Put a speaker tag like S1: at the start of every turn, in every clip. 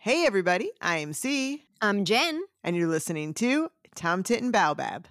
S1: Hey, everybody, I am C,
S2: I'm Jen.
S1: and you're listening to Tom Tit and Baobab.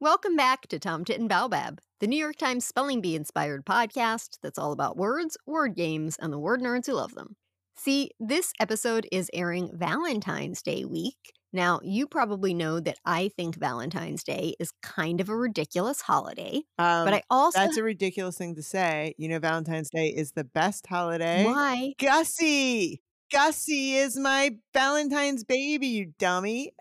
S2: Welcome back to Tom Tit and Baobab, the New York Times Spelling Bee inspired podcast that's all about words, word games, and the word nerds who love them. See, this episode is airing Valentine's Day week. Now, you probably know that I think Valentine's Day is kind of a ridiculous holiday,
S1: Um,
S2: but I also.
S1: that's a ridiculous thing to say. You know, Valentine's Day is the best holiday.
S2: why?
S1: Gussie, Gussie is my Valentine's baby, you dummy.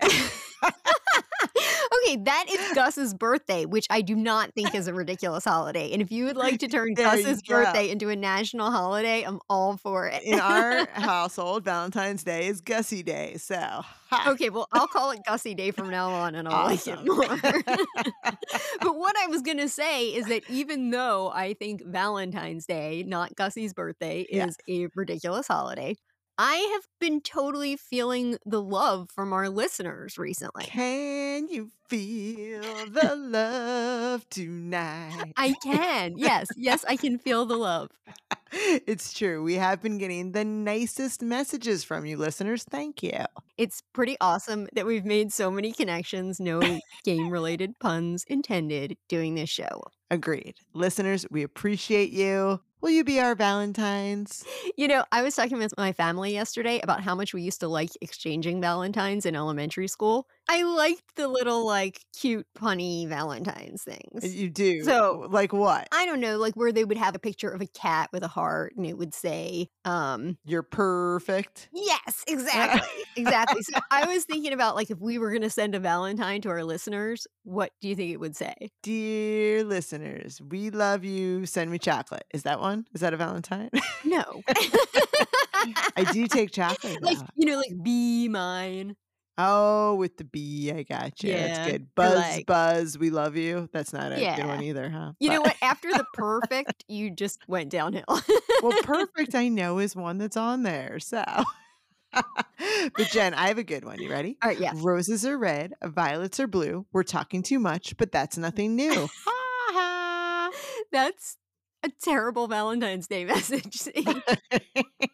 S2: okay, that is Gus's birthday, which I do not think is a ridiculous holiday. And if you would like to turn
S1: There you
S2: Gus's
S1: go.
S2: birthday into a national holiday, I'm all for it.
S1: In our household, Valentine's Day is Gussie Day. So, ha.
S2: Okay, well, I'll call it Gussie Day from now on and I'll
S1: Awesome.
S2: like it more. but what I was going to say is that even though I think Valentine's Day, not Gussie's birthday,
S1: Yeah.
S2: is a ridiculous holiday, I have been totally feeling the love from our listeners recently.
S1: Can you feel the love tonight?
S2: I can. Yes. Yes, I can feel the love.
S1: It's true. We have been getting the nicest messages from you listeners. Thank you.
S2: It's pretty awesome that we've made so many connections, no game related puns intended, doing this show.
S1: Agreed. Listeners, we appreciate you. Will you be our Valentines?
S2: You know, I was talking with my family yesterday about how much we used to like exchanging Valentines in elementary school. I liked the little, like, cute, punny Valentines things.
S1: You do.
S2: So-
S1: like what?
S2: I don't know, like where they would have a picture of a cat with a heart and it would say, um,
S1: You're perfect.
S2: yes, exactly. exactly. So I was thinking about, like, if we were going to send a Valentine to our listeners, what do you think it would say?
S1: Dear listeners, we love you. Send me chocolate. Is that one? Is that a Valentine?
S2: No.
S1: I do take chocolate.
S2: like,
S1: now.
S2: you know, like, be mine.
S1: Oh, with the B, I got you. That's
S2: Yeah,
S1: good.
S2: or
S1: Buzz,
S2: like-
S1: buzz, we love you. That's not a good one
S2: Yeah.
S1: either, huh?
S2: You know
S1: But-
S2: what? After the perfect, you just went downhill.
S1: well, perfect, I know is one that's on there. So, but Jen, I have a good one. You ready?
S2: All right, Uh, yeah.
S1: Roses are red, violets are blue. We're talking too much, but that's nothing new.
S2: That's a terrible Valentine's Day message. See?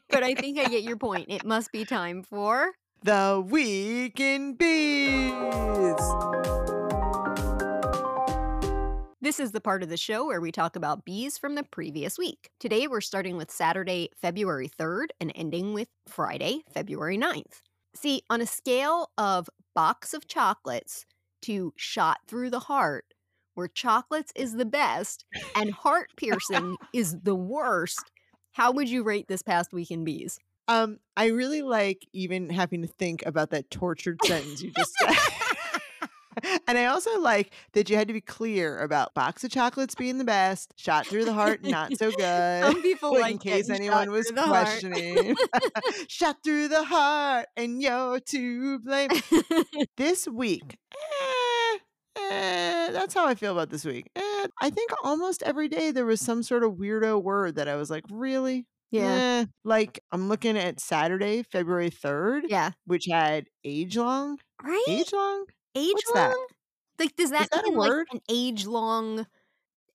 S2: but I think I get your point. It must be time for.
S1: the week in bees.
S2: This is the part of the show where we talk about bees from the previous week. Today we're starting with Saturday, February 3rd, and ending with Friday, February 9th. See, on a scale of box of chocolates to shot through the heart, where chocolates is the best and heart piercing is the worst, how would you rate this past week in bees?
S1: Um, I really like even having to think about that tortured sentence you just said. and I also like that you had to be clear about box of chocolates being the best, shot through the heart, not so good.
S2: Some people
S1: Like,
S2: like
S1: in case
S2: getting
S1: anyone
S2: shot
S1: was
S2: through the heart.
S1: questioning, shot through the heart, and you're to blame. This week, eh, eh, that's how I feel about this week. Eh, I think almost every day there was some sort of weirdo word that I was like, really?
S2: yeah.
S1: Eh, like I'm looking at Saturday, February 3rd,
S2: Yeah. Eh.
S1: which had age long.
S2: Right?
S1: Age long?
S2: Age
S1: what's
S2: long?
S1: that?
S2: Like does that,
S1: that a
S2: mean
S1: word?
S2: like an age long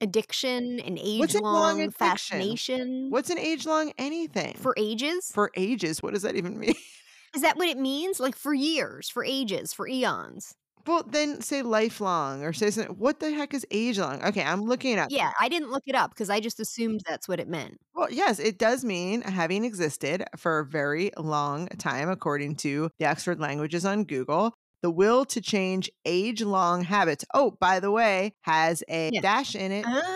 S2: addiction, an age
S1: What's age-long
S2: long
S1: addiction?
S2: fascination
S1: What's an age long anything?
S2: for ages?
S1: for ages. What does that even mean?
S2: Is that what it means? Like for years, for ages, for eons.
S1: well, then say lifelong or say something. What the heck is age long? Okay, I'm looking at
S2: Yeah, I didn't look it up because I just assumed that's what it meant.
S1: Well, yes, it does mean having existed for a very long time, according to the Oxford Languages on Google. The will to change age long habits. Oh, by the way, has a
S2: Yeah. Uh-huh.
S1: dash in it.
S2: Ah.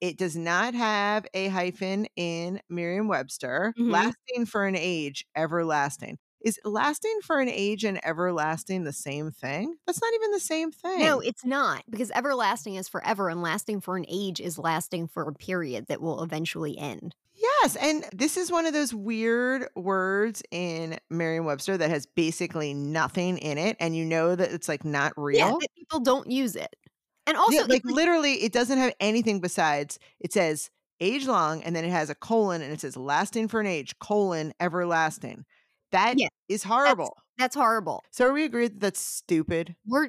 S1: It does not have a hyphen in Merriam Webster.
S2: Mhm.
S1: Lasting for an age, everlasting. Is lasting for an age and everlasting the same thing? That's not even the same thing.
S2: No, it's not because everlasting is forever and lasting for an age is lasting for a period that will eventually end.
S1: Yes. And this is one of those weird words in Merriam Webster that has basically nothing in it. And you know that it's like not real.
S2: Yeah, that people don't use it. And also,
S1: Yeah,
S2: it's
S1: like literally, it doesn't have anything besides it says age long and then it has a colon and it says lasting for an age, colon, everlasting. That is
S2: Yeah,
S1: horrible.
S2: That's horrible.
S1: So are we agreed that that's stupid?
S2: We're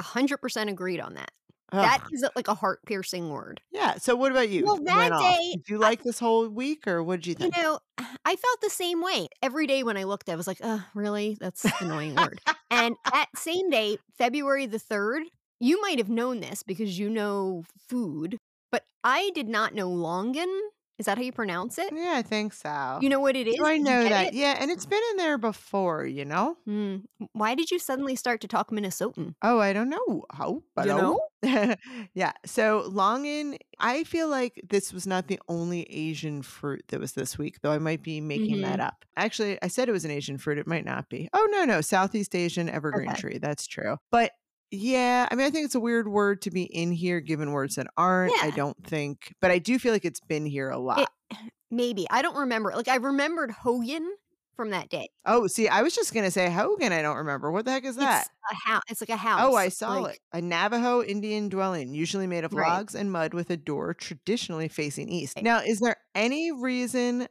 S2: 100% agreed on that.
S1: Ugh.
S2: That is a- like a heart piercing word.
S1: yeah. So what about you?
S2: Well,
S1: You
S2: that
S1: went off.
S2: day,
S1: did you like this whole week, or what did you
S2: You
S1: think?
S2: know, I felt the same way. Every day when I looked, I was like, oh, really? That's an annoying word. And that same day, February the 3rd, you might have known this because you know food, but I did not know longan. Is that how you pronounce it?
S1: yeah, I think so.
S2: You know what it is?
S1: Do I
S2: Did you
S1: know
S2: get
S1: that.
S2: it?
S1: Yeah, and it's been in there before, you know?
S2: Hmm. Why did you suddenly start to talk Minnesotan?
S1: Oh, I don't know. How? but
S2: You
S1: oh. yeah. So longin, I feel like this was not the only Asian fruit that was this week, though I might be making that
S2: Mm-hmm.
S1: up. Actually, I said it was an Asian fruit. It might not be. Oh, no, no. Southeast Asian evergreen
S2: Okay.
S1: tree. That's true. But yeah, I mean, I think it's a weird word to be in here given words that aren't. I
S2: Yeah.
S1: don't think, but I do feel like it's been here a lot.
S2: Maybe. I don't remember. Like, I remembered Hogan from that day.
S1: oh, see, I was just going to say Hogan. I don't remember. What the heck is that?
S2: It's a house. It's like a house.
S1: Oh, I saw
S2: like-
S1: it. A Navajo Indian dwelling, usually made of
S2: Right.
S1: logs and mud, with a door traditionally facing east.
S2: Right.
S1: Now, is there any reason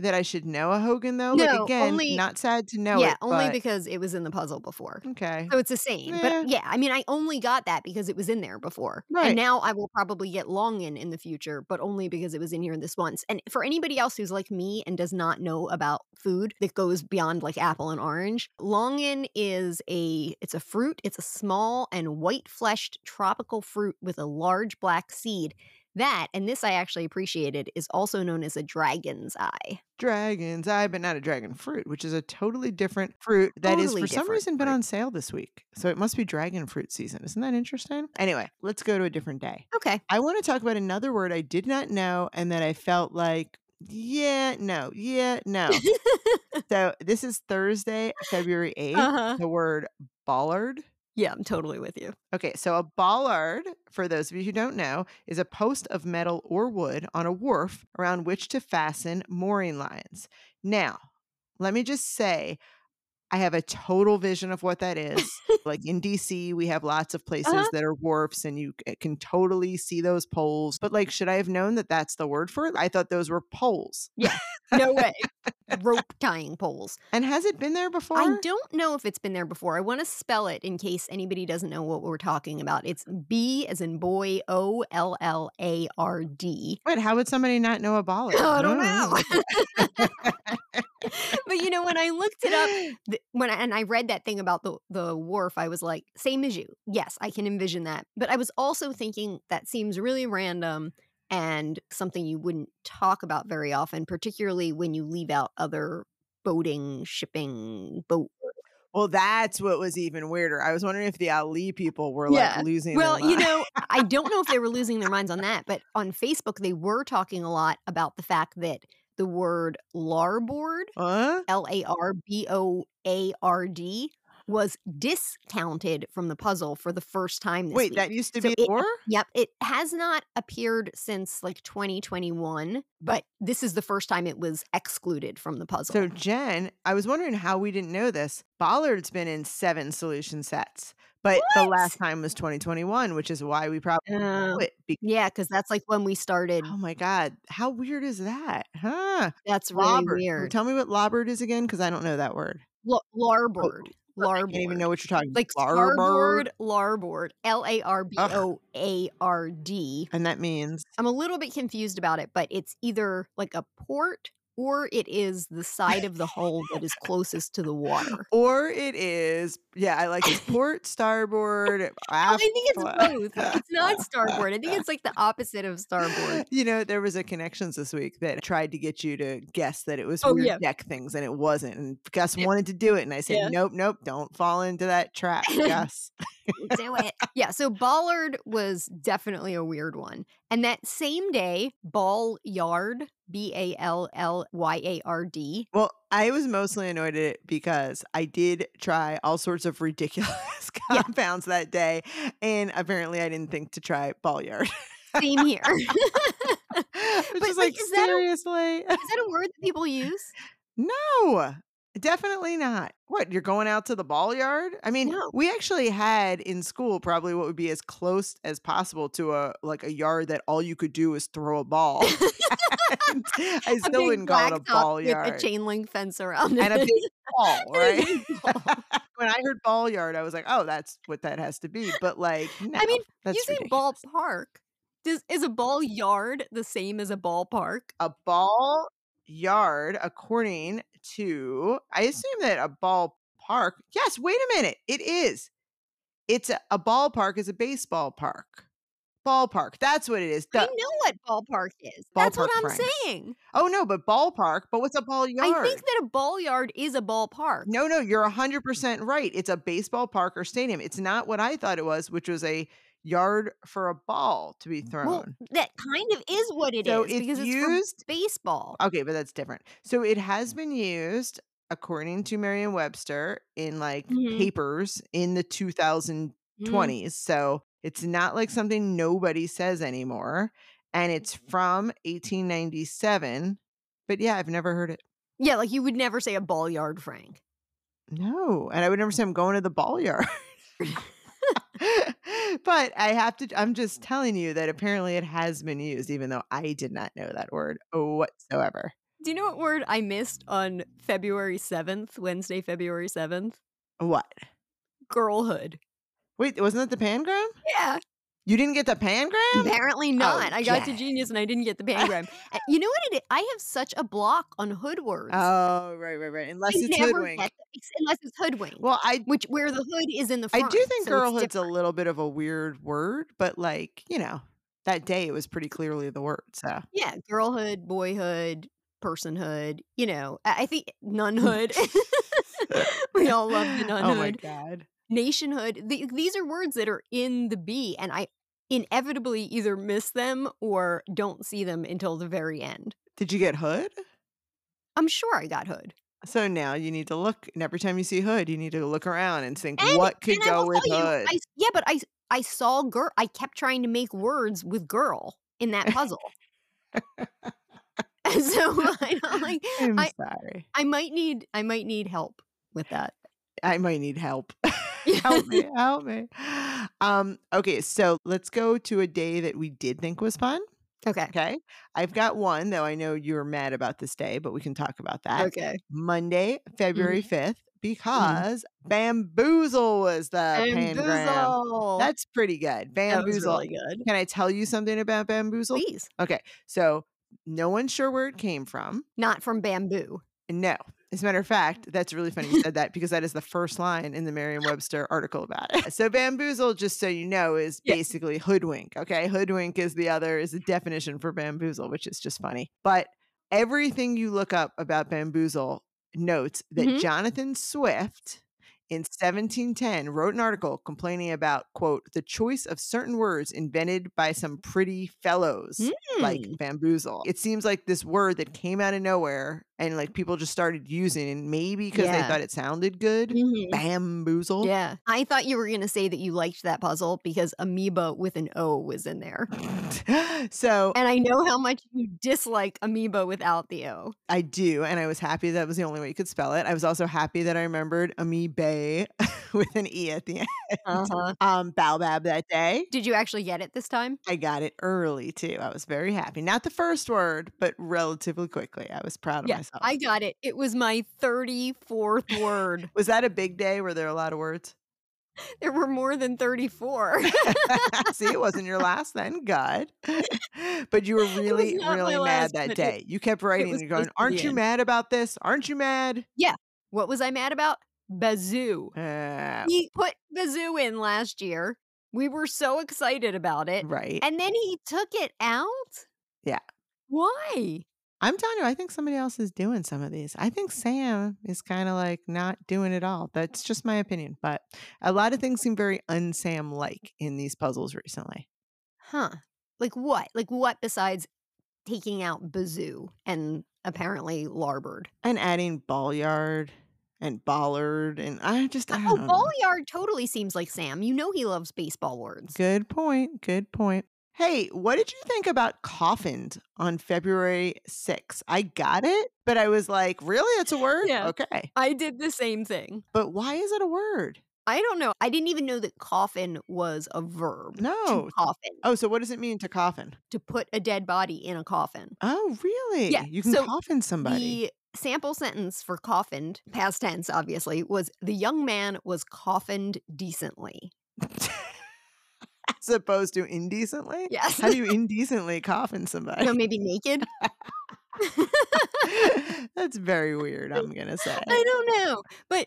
S1: that I should know a Hogan though? like
S2: No,
S1: again,
S2: only-
S1: not sad to know
S2: yeah,
S1: it.
S2: only
S1: but-
S2: because it was in the puzzle before.
S1: okay.
S2: So it's the same.
S1: Yeah.
S2: But yeah, I mean, I only got that because it was in there before.
S1: Right.
S2: And now I will probably get Longin in the future, but only because it was in here this once. And for anybody else who's like me and does not know about food that goes beyond like apple and orange, Longin is a it's a fruit. It's a small and white-fleshed tropical fruit with a large black seed. That, and this I actually appreciated, is also known as a dragon's eye.
S1: Dragon's eye, but not a dragon fruit, which is a totally different fruit that is
S2: Totally
S1: for some
S2: different
S1: reason been
S2: fruit.
S1: on sale this week. So it must be dragon fruit season. Isn't that interesting? Anyway, let's go to a different day.
S2: Okay.
S1: I want to talk about another word I did not know and that I felt like, yeah, no, yeah, no. so this is Thursday, February 8th,
S2: Uh-huh.
S1: the word bollard.
S2: Yeah, I'm totally with you.
S1: Okay, so a bollard, for those of you who don't know, is a post of metal or wood on a wharf around which to fasten mooring lines. Now, let me just say, I have a total vision of what that is. like in DC, we have lots of places
S2: Uh-huh.
S1: that are wharfs and you c- can totally see those poles. But like, should I have known that that's the word for it? I thought those were poles.
S2: No way. Rope tying poles.
S1: And has it been there before?
S2: I don't know if it's been there before. I want to spell it in case anybody doesn't know what we're talking about. It's B as in boy, O L L A R D.
S1: Wait, how would somebody not know a bollard?
S2: I don't know. Oh. but you know, when I looked it up, th- when I, and I read that thing about the the wharf, I was like, same as you. Yes, I can envision that. But I was also thinking that seems really random and something you wouldn't talk about very often, particularly when you leave out other boating, shipping, boat.
S1: Well, that's what was even weirder. I was wondering if the Ali people were
S2: Yeah.
S1: like losing. their
S2: Well, you
S1: mind.
S2: know, I don't know if they were losing their minds on that, but on Facebook they were talking a lot about the fact that the word larboard
S1: Huh?
S2: L A R B O A R D was discounted from the puzzle for the first time this
S1: Wait,
S2: week.
S1: that used to
S2: So
S1: be
S2: it-
S1: war.
S2: yep, it has not appeared since like 2021, but this is the first time it was excluded from the puzzle.
S1: So Jen, I was wondering how we didn't know this. Bollard's been in seven solution sets, but the
S2: What?
S1: last time was 2021, which is why we probably
S2: Uh,
S1: knew it. Be-
S2: yeah, because that's like when we started.
S1: oh my God, how weird is that? Huh?
S2: That's really
S1: Lobbard.
S2: weird.
S1: Tell me what lobbard is again, because I don't know that word.
S2: L- larboard.
S1: I
S2: Larboard.
S1: can't even know what you're talking.
S2: like
S1: Larboard?
S2: starboard, larboard, L A R B O A R D.
S1: and that means
S2: I'm a little bit confused about it, but it's either like a port or it is the side of the hull that is closest to the water.
S1: or it is yeah i like it's port starboard
S2: Oh, I
S1: aft,
S2: think it's
S1: Absolutely.
S2: both. It's not starboard. I think it's like the opposite of starboard.
S1: you know there was a connections this week that tried to get you to guess that it was
S2: Oh,
S1: weird
S2: yeah.
S1: deck things and it wasn't and gus
S2: Yeah.
S1: wanted to do it and i said
S2: Yeah.
S1: nope nope don't fall into that trap gus
S2: Do it. Yeah. So Ballard was definitely a weird one. And that same day, Ball Yard, B A L L Y A R D.
S1: well i was mostly annoyed at it because i did try all sorts of ridiculous
S2: Yeah.
S1: compounds that day and apparently i didn't think to try ball yard
S2: Same here.
S1: but
S2: But,
S1: just
S2: like,
S1: like
S2: is that a-
S1: seriously
S2: Is that a word that people use?
S1: No, definitely not. What, you're going out to the ball yard? I mean,
S2: No.
S1: we actually had in school probably what would be as close as possible to a like a yard that all you could do is throw a ball. I still
S2: big
S1: wouldn't call it a
S2: blacktop
S1: ball
S2: with a
S1: yard.
S2: chain link fence around
S1: and a
S2: it.
S1: big ball, right?
S2: big ball.
S1: when I heard ball yard, I was like, oh, that's what that has to be. But like, no,
S2: I mean,
S1: that's
S2: you say
S1: ridiculous.
S2: ballpark. Does is a ball yard the same as a ballpark?
S1: a ball yard, according to, I
S2: Hmm.
S1: assume that a ballpark. Yes, wait a minute. It is. It's a, a ballpark is a baseball park. Ballpark. That's what it is.
S2: I
S1: Duh.
S2: know what ballpark is. That's what
S1: Ballpark
S2: I'm
S1: Franks.
S2: saying.
S1: oh no, but ballpark. But what's a ball yard?
S2: I think that a ball yard is a ballpark.
S1: No, no, you're 100% right. It's a baseball park or stadium. It's not what I thought it was, which was a yard for a ball to be thrown.
S2: Well, that kind of is what it is
S1: so it's
S2: because it's
S1: used.
S2: for baseball.
S1: okay, but that's different. So it has been used, according to Merriam Webster, in like
S2: Mhm.
S1: papers in the 2020s.
S2: Mm.
S1: So it's not like something nobody says anymore. And it's from 1897. But yeah, I've never heard it.
S2: Yeah, like you would never say a ball yard, Frank.
S1: No. And I would never say I'm going to the ball yard. but I have to, I'm just telling you that apparently it has been used, even though I did not know that word whatsoever.
S2: Do you know what word I missed on February 7th, Wednesday, February 7th?
S1: What?
S2: Girlhood.
S1: Wait, wasn't that the pangram?
S2: Yeah.
S1: You didn't get the pangram?
S2: Apparently not. I got to
S1: Okay.
S2: genius and I didn't get the pangram. Uh, you know what it is? I have such a block on hood words.
S1: Oh, right, right, right. Unless
S2: I
S1: it's
S2: never
S1: hoodwink.
S2: get them, ex- unless it's hoodwink.
S1: Well, I
S2: which where the hood is in the
S1: I
S2: front.
S1: do think
S2: so it's
S1: girlhood's a
S2: different.
S1: little bit of a weird word, but like, you know, that day it was pretty clearly the word. So
S2: yeah, girlhood, boyhood, personhood. You know, I I think nunhood. we all love the
S1: Oh my
S2: nunhood,
S1: god.
S2: nationhood. The, these are words that are in the B, and I inevitably either miss them or don't see them until the very end.
S1: Did you get hood?
S2: I'm sure I got hood.
S1: So now you need to look and every time you see hood, you need to look around and think
S2: And-
S1: what could
S2: and I
S1: go
S2: will
S1: with
S2: tell you,
S1: hood.
S2: I, yeah, but I I saw girl. I kept trying to make words with girl in that puzzle. And so I don't like
S1: I'm
S2: I-
S1: sorry.
S2: I might need I might need help with that.
S1: I might need help. help me, help me. Um, okay, so let's go to a day that we did think was fun.
S2: Okay.
S1: Okay. I've got one, though I know you're mad about this day, but we can talk about that.
S2: Okay. Mm-hmm.
S1: Monday, February 5th, because bamboozle was the pangram.
S2: Bamboozle.
S1: That's pretty good.
S2: That was
S1: Bamboozle.
S2: really good.
S1: Can I tell you something about bamboozle?
S2: Please.
S1: So, no one's sure where it came from.
S2: Not from bamboo.
S1: No. As a matter of fact, that's really funny you said that because that is the first line in the Merriam Webster article about it. So, bamboozle, just so you know, is
S2: Yeah.
S1: basically hoodwink. Okay. Hoodwink is the other, is the definition for bamboozle, which is just funny. But everything you look up about bamboozle notes that
S2: Mhm.
S1: Jonathan Swift in 1710 wrote an article complaining about, quote, the choice of certain words invented by some pretty fellows like
S2: Hmm.
S1: bamboozle. It seems like this word that came out of nowhere and like people just started using and maybe because they
S2: Yeah.
S1: thought it sounded good.
S2: Mhm.
S1: Bamboozle.
S2: Yeah. I thought you were gonna say that you liked that puzzle because amoeba with an O was in there.
S1: Oh. so
S2: And I know how much you dislike amoeba without the O.
S1: I do, and I was happy that was the only way you could spell it. I was also happy that I remembered amoeba with an e at the end.
S2: Uh-huh.
S1: Um, baobab that day.
S2: Did you actually get it this time?
S1: I got it early too. I was very happy. Not the first word, but relatively quickly. I was proud of
S2: Yeah,
S1: myself.
S2: I got it. It was my 34th word.
S1: was that a big day? Were there a lot of words?
S2: there were more than 34.
S1: See, it wasn't your last then, God. But you were really,
S2: not my
S1: really mad
S2: last, but
S1: that
S2: it-
S1: day. you kept writing
S2: was
S1: and
S2: close
S1: going,
S2: to the
S1: Aren't you
S2: end."
S1: mad about this? Aren't you mad?
S2: what was I mad about? Bazoo.
S1: Uh,
S2: He put Bazoo in last year. We were so excited about it.
S1: right.
S2: And then he took it out?
S1: Yeah.
S2: Why?
S1: I'm telling you, I think somebody else is doing some of these. I think Sam is kind of like not doing it all. That's just my opinion. But a lot of things seem very unsam like in these puzzles recently.
S2: Huh. Like what? Like what besides taking out Bazoo and apparently Larbird?
S1: And adding ball yard and bollard. And I just, I
S2: Oh,
S1: don't know.
S2: Bolliard totally seems like Sam. You know he loves baseball words.
S1: Good point. Good point. Hey, what did you think about coffined on February 6th? I got it, but I was like, really? That's a word?
S2: Yeah.
S1: Okay.
S2: I did the same thing.
S1: But why is it a word?
S2: I don't know. I didn't even know that coffin was a verb.
S1: No.
S2: To coffin.
S1: Oh, so what does it mean to coffin?
S2: To put a dead body in a coffin.
S1: Oh, really?
S2: Yeah,
S1: You can
S2: so
S1: coffin somebody.
S2: The sample sentence for coffined, past tense obviously, was the young man was coffined decently.
S1: As opposed to indecently?
S2: Yes.
S1: How do you indecently coffin somebody?
S2: so maybe naked?
S1: That's very weird, I'm going to say.
S2: I don't know. But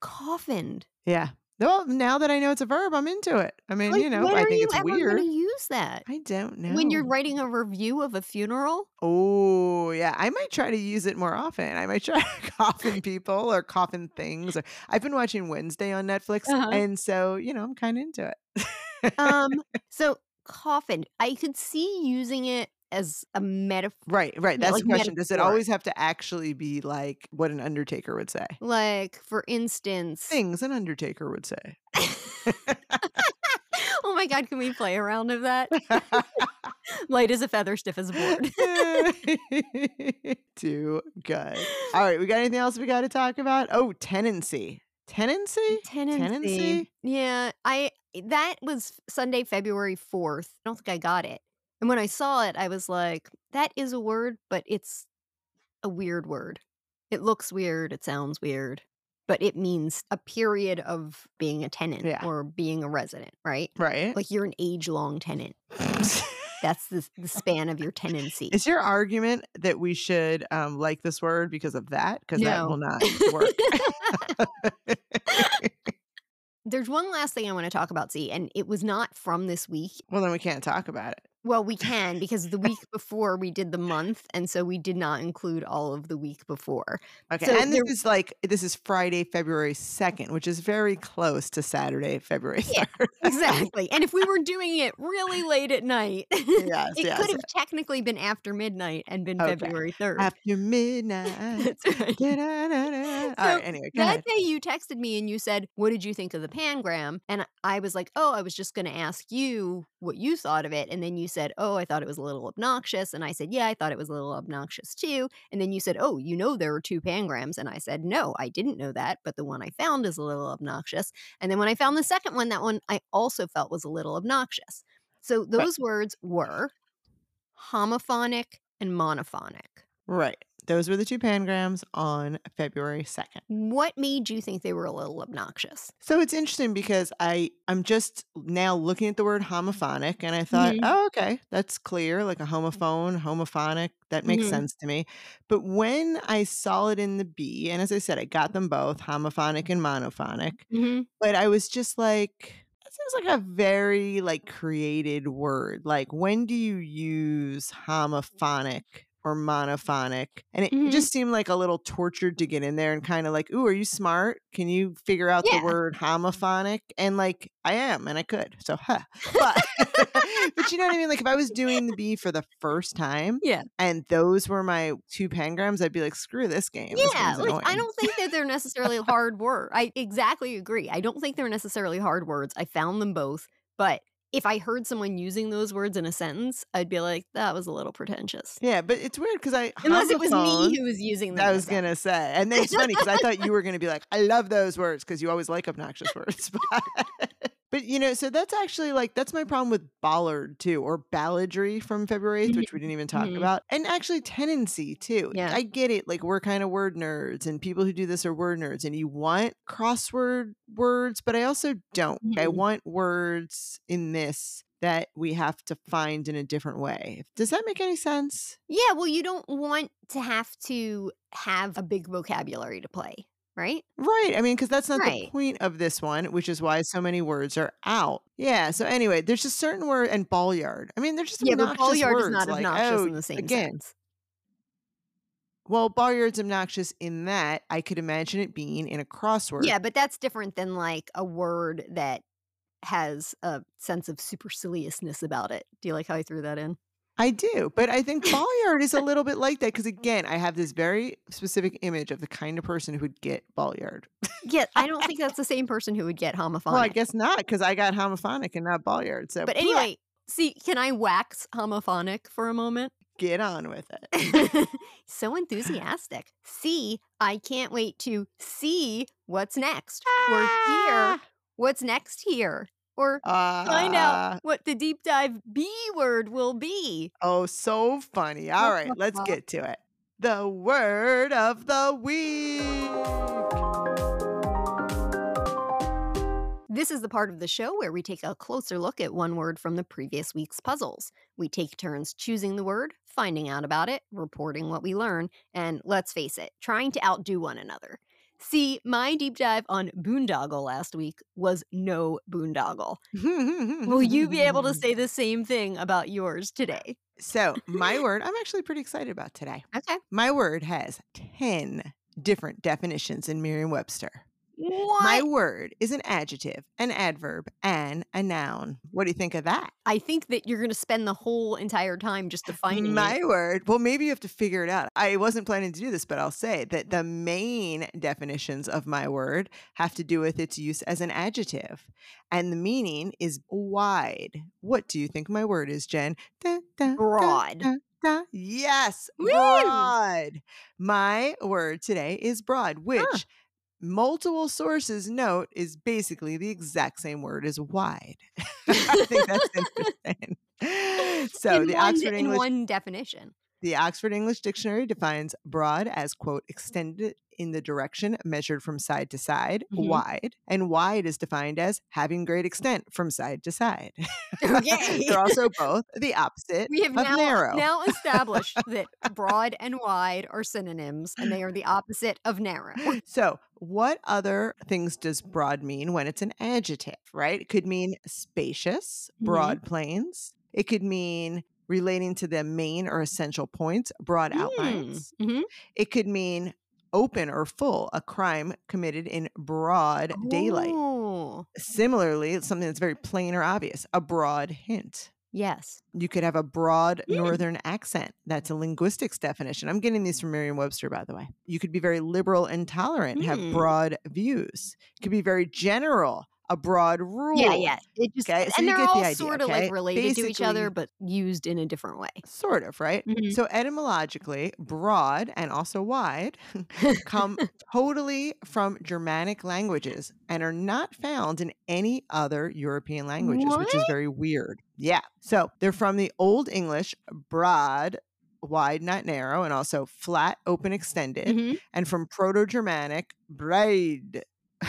S2: coffined.
S1: Yeah. Well, now that I know it's a verb, I'm into it. I mean,
S2: Like,
S1: you know,
S2: when
S1: I
S2: are
S1: think
S2: you
S1: it's
S2: ever
S1: weird.
S2: gonna use that?
S1: I don't know.
S2: When you're writing a review of a funeral?
S1: Oh, yeah. I might try to use it more often. I might try to coffin people or coffin things. Or I've been watching Wednesday on Netflix,
S2: Uh-huh.
S1: and so you know I'm kind of into it.
S2: Um, so coffined. I could see using it as a metaphor
S1: right, right.
S2: yeah,
S1: That's
S2: like
S1: the question. Does it
S2: metaphoric.
S1: always have to actually be like what an undertaker would say?
S2: like for instance
S1: Things an undertaker would say.
S2: oh my god, can we play a round of that? Light as a feather, stiff as a board.
S1: Too good. All right, we got anything else we got to talk about? Oh, tenancy.
S2: Mm.
S1: Tenancy?
S2: Tenancy.
S1: Tenancy?
S2: Yeah, I that was Sunday, February 4th. I don't think I got it. And when I saw it, I was like, that is a word, but it's a weird word. It looks weird, it sounds weird, but it means a period of being a tenant
S1: Yeah.
S2: or being a resident, right?
S1: Right.
S2: Like you're an age-long tenant. That's the, the span of your tenancy.
S1: Is your argument that we should um, like this word because of that? Because that will not work.
S2: There's one last thing I want to talk about, see, and it was not from this week.
S1: well, then we can't talk about it.
S2: Well, we can because the week before we did the month, and so we did not include all of the week before.
S1: Okay.
S2: So
S1: and this
S2: there-
S1: is like this is Friday, February second, which is very close to Saturday, February
S2: Yeah,
S1: third.
S2: Exactly. and if we were doing it really late at night,
S1: Yes,
S2: it
S1: yes,
S2: could have technically been after midnight and been
S1: Okay.
S2: February 3rd.
S1: After midnight.
S2: That's right.
S1: Da-da-da-da. All
S2: So
S1: right. Anyway, go ahead.
S2: That day you texted me and you said, What did you think of the pangram? And I was like, Oh, I was just going to ask you what you thought of it. And then you said, Oh, I thought it was a little obnoxious. And I said, Yeah, I thought it was a little obnoxious too. And then you said, Oh, you know, there are two pangrams. And I said, No, I didn't know that. But the one I found is a little obnoxious. And then when I found the second one, that one I also felt was a little obnoxious. So those words were homophonic and monophonic.
S1: Right. Those were the two pangrams on February second.
S2: What made you think they were a little obnoxious?
S1: So it's interesting because I I'm just now looking at the word homophonic and I thought,
S2: Mhm.
S1: oh okay, that's clear, like a homophone, homophonic, that makes
S2: Mhm.
S1: sense to me. But when I saw it in the B, and as I said, I got them both, homophonic and monophonic,
S2: Mhm.
S1: but I was just like that seems like a very like created word. Like when do you use homophonic or monophonic? And it
S2: Mhm.
S1: just seemed like a little tortured to get in there and kind of like, ooh, are you smart? Can you figure out
S2: Yeah.
S1: the word homophonic? And like I am and I could. So huh. But, but you know what I mean? Like if I was doing the B for the first time
S2: Yeah.
S1: and those were my two pangrams, I'd be like, screw this game. This
S2: Yeah,
S1: game's
S2: like I
S1: annoying.
S2: don't think that they're necessarily hard words. I exactly agree. I don't think they're necessarily hard words. I found them both, but if I heard someone using those words in a sentence, I'd be like, that was a little pretentious.
S1: Yeah, but it's weird because I
S2: Unless it was
S1: homophone-
S2: me who was using them.
S1: I
S2: in a
S1: was
S2: sentence.
S1: gonna say, and then it's funny because I thought you were gonna be like, "I love those words" because you always like obnoxious words. But, but, you know, so that's actually like that's my problem with Ballard too, or balladry from February 8th, which we didn't even talk
S2: Mhm.
S1: about, and actually tenancy too.
S2: Yeah.
S1: I get it. Like we're kind of word nerds, and people who do this are word nerds, and you want crossword words, but I also don't. I
S2: Mhm.
S1: want words in this that we have to find in a different way. Does that make any sense?
S2: Yeah, well, you don't want to have to have a big vocabulary to play, right?
S1: Right. I mean, because that's not the
S2: Right.
S1: point of this one, which is why so many words are out. Yeah. So anyway, there's just certain word and ball yard. I mean, they're just
S2: yeah, but
S1: obnoxious
S2: ball yard
S1: words,
S2: is not
S1: like,
S2: obnoxious
S1: oh,
S2: in the same
S1: again.
S2: sense.
S1: Well, ball yard's obnoxious in that I could imagine it being in a crossword.
S2: Yeah, but that's different than like a word that has a sense of superciliousness about it. Do you like how I threw that in?
S1: I do, but I think ball yard is a little bit like that because again, I have this very specific image of the kind of person who would get ball yard.
S2: Yeah, I don't think that's the same person who would get homophonic.
S1: Well, I guess not because I got homophonic and not ball yard. So,
S2: but
S1: bleh.
S2: anyway, see, can I wax homophonic for a moment?
S1: Get on with it.
S2: so enthusiastic. See, I can't wait to see what's next. We're here. What's next here? Or find
S1: Ah,
S2: out what the deep dive B word will be.
S1: Oh, so funny. All right, let's get to it. The word of the week.
S2: This is the part of the show where we take a closer look at one word from the previous week's puzzles. We take turns choosing the word, finding out about it, reporting what we learn, and let's face it, trying to outdo one another. See, my deep dive on boondoggle last week was no boondoggle. Will you be able to say the same thing about yours today?
S1: So, my word, I'm actually pretty excited about today.
S2: Okay.
S1: My word has 10 different definitions in Merriam Webster.
S2: What?
S1: My word is an adjective, an adverb, and a noun. What do you think of that?
S2: I think that you're going to spend the whole entire time just defining
S1: My
S2: it.
S1: word. Well, maybe you have to figure it out. I wasn't planning to do this, but I'll say that the main definitions of my word have to do with its use as an adjective, and the meaning is wide. What do you think my word is, Jen? Da, da, da,
S2: Broad.
S1: da, da. Yes,
S2: Woo!
S1: broad. My word today is broad, which
S2: Huh.
S1: multiple sources note is basically the exact same word as wide. I think that's interesting. So
S2: in
S1: the
S2: one,
S1: Oxford
S2: in
S1: English
S2: one definition.
S1: the Oxford English Dictionary defines broad as, quote, extended in the direction measured from side to side,
S2: Mhm.
S1: wide, and wide is defined as having great extent from side to side.
S2: Okay.
S1: They're also both the opposite
S2: we have
S1: of
S2: now,
S1: narrow.
S2: now established that broad and wide are synonyms and they are the opposite of narrow.
S1: so, what other things does broad mean when it's an adjective, right? It could mean spacious,
S2: Mhm.
S1: broad plains. It could mean relating to the main or essential points, broad
S2: Hmm.
S1: outlines.
S2: Mhm.
S1: It could mean open or full, a crime committed in broad daylight.
S2: Oh,
S1: Similarly, it's something that's very plain or obvious, a broad hint.
S2: yes.
S1: You could have a broad
S2: Mm.
S1: northern accent. That's a linguistics definition. I'm getting these from Merriam Webster, by the way. You could be very liberal and tolerant,
S2: Mm.
S1: have broad views. You could be very general, a broad rule.
S2: Yeah, yeah. It just
S1: Okay, so
S2: and
S1: you
S2: they're
S1: get the
S2: all
S1: idea,
S2: sort of
S1: okay?
S2: like related to each other,
S1: Basically-
S2: but used in a different way.
S1: Sort of, right?
S2: Mhm.
S1: So etymologically, broad and also wide come totally from Germanic languages and are not found in any other European languages, which is very weird. Yeah. So they're from the Old English, broad, wide, not narrow, and also flat, open, extended,
S2: Mhm.
S1: and from Proto Germanic, braid.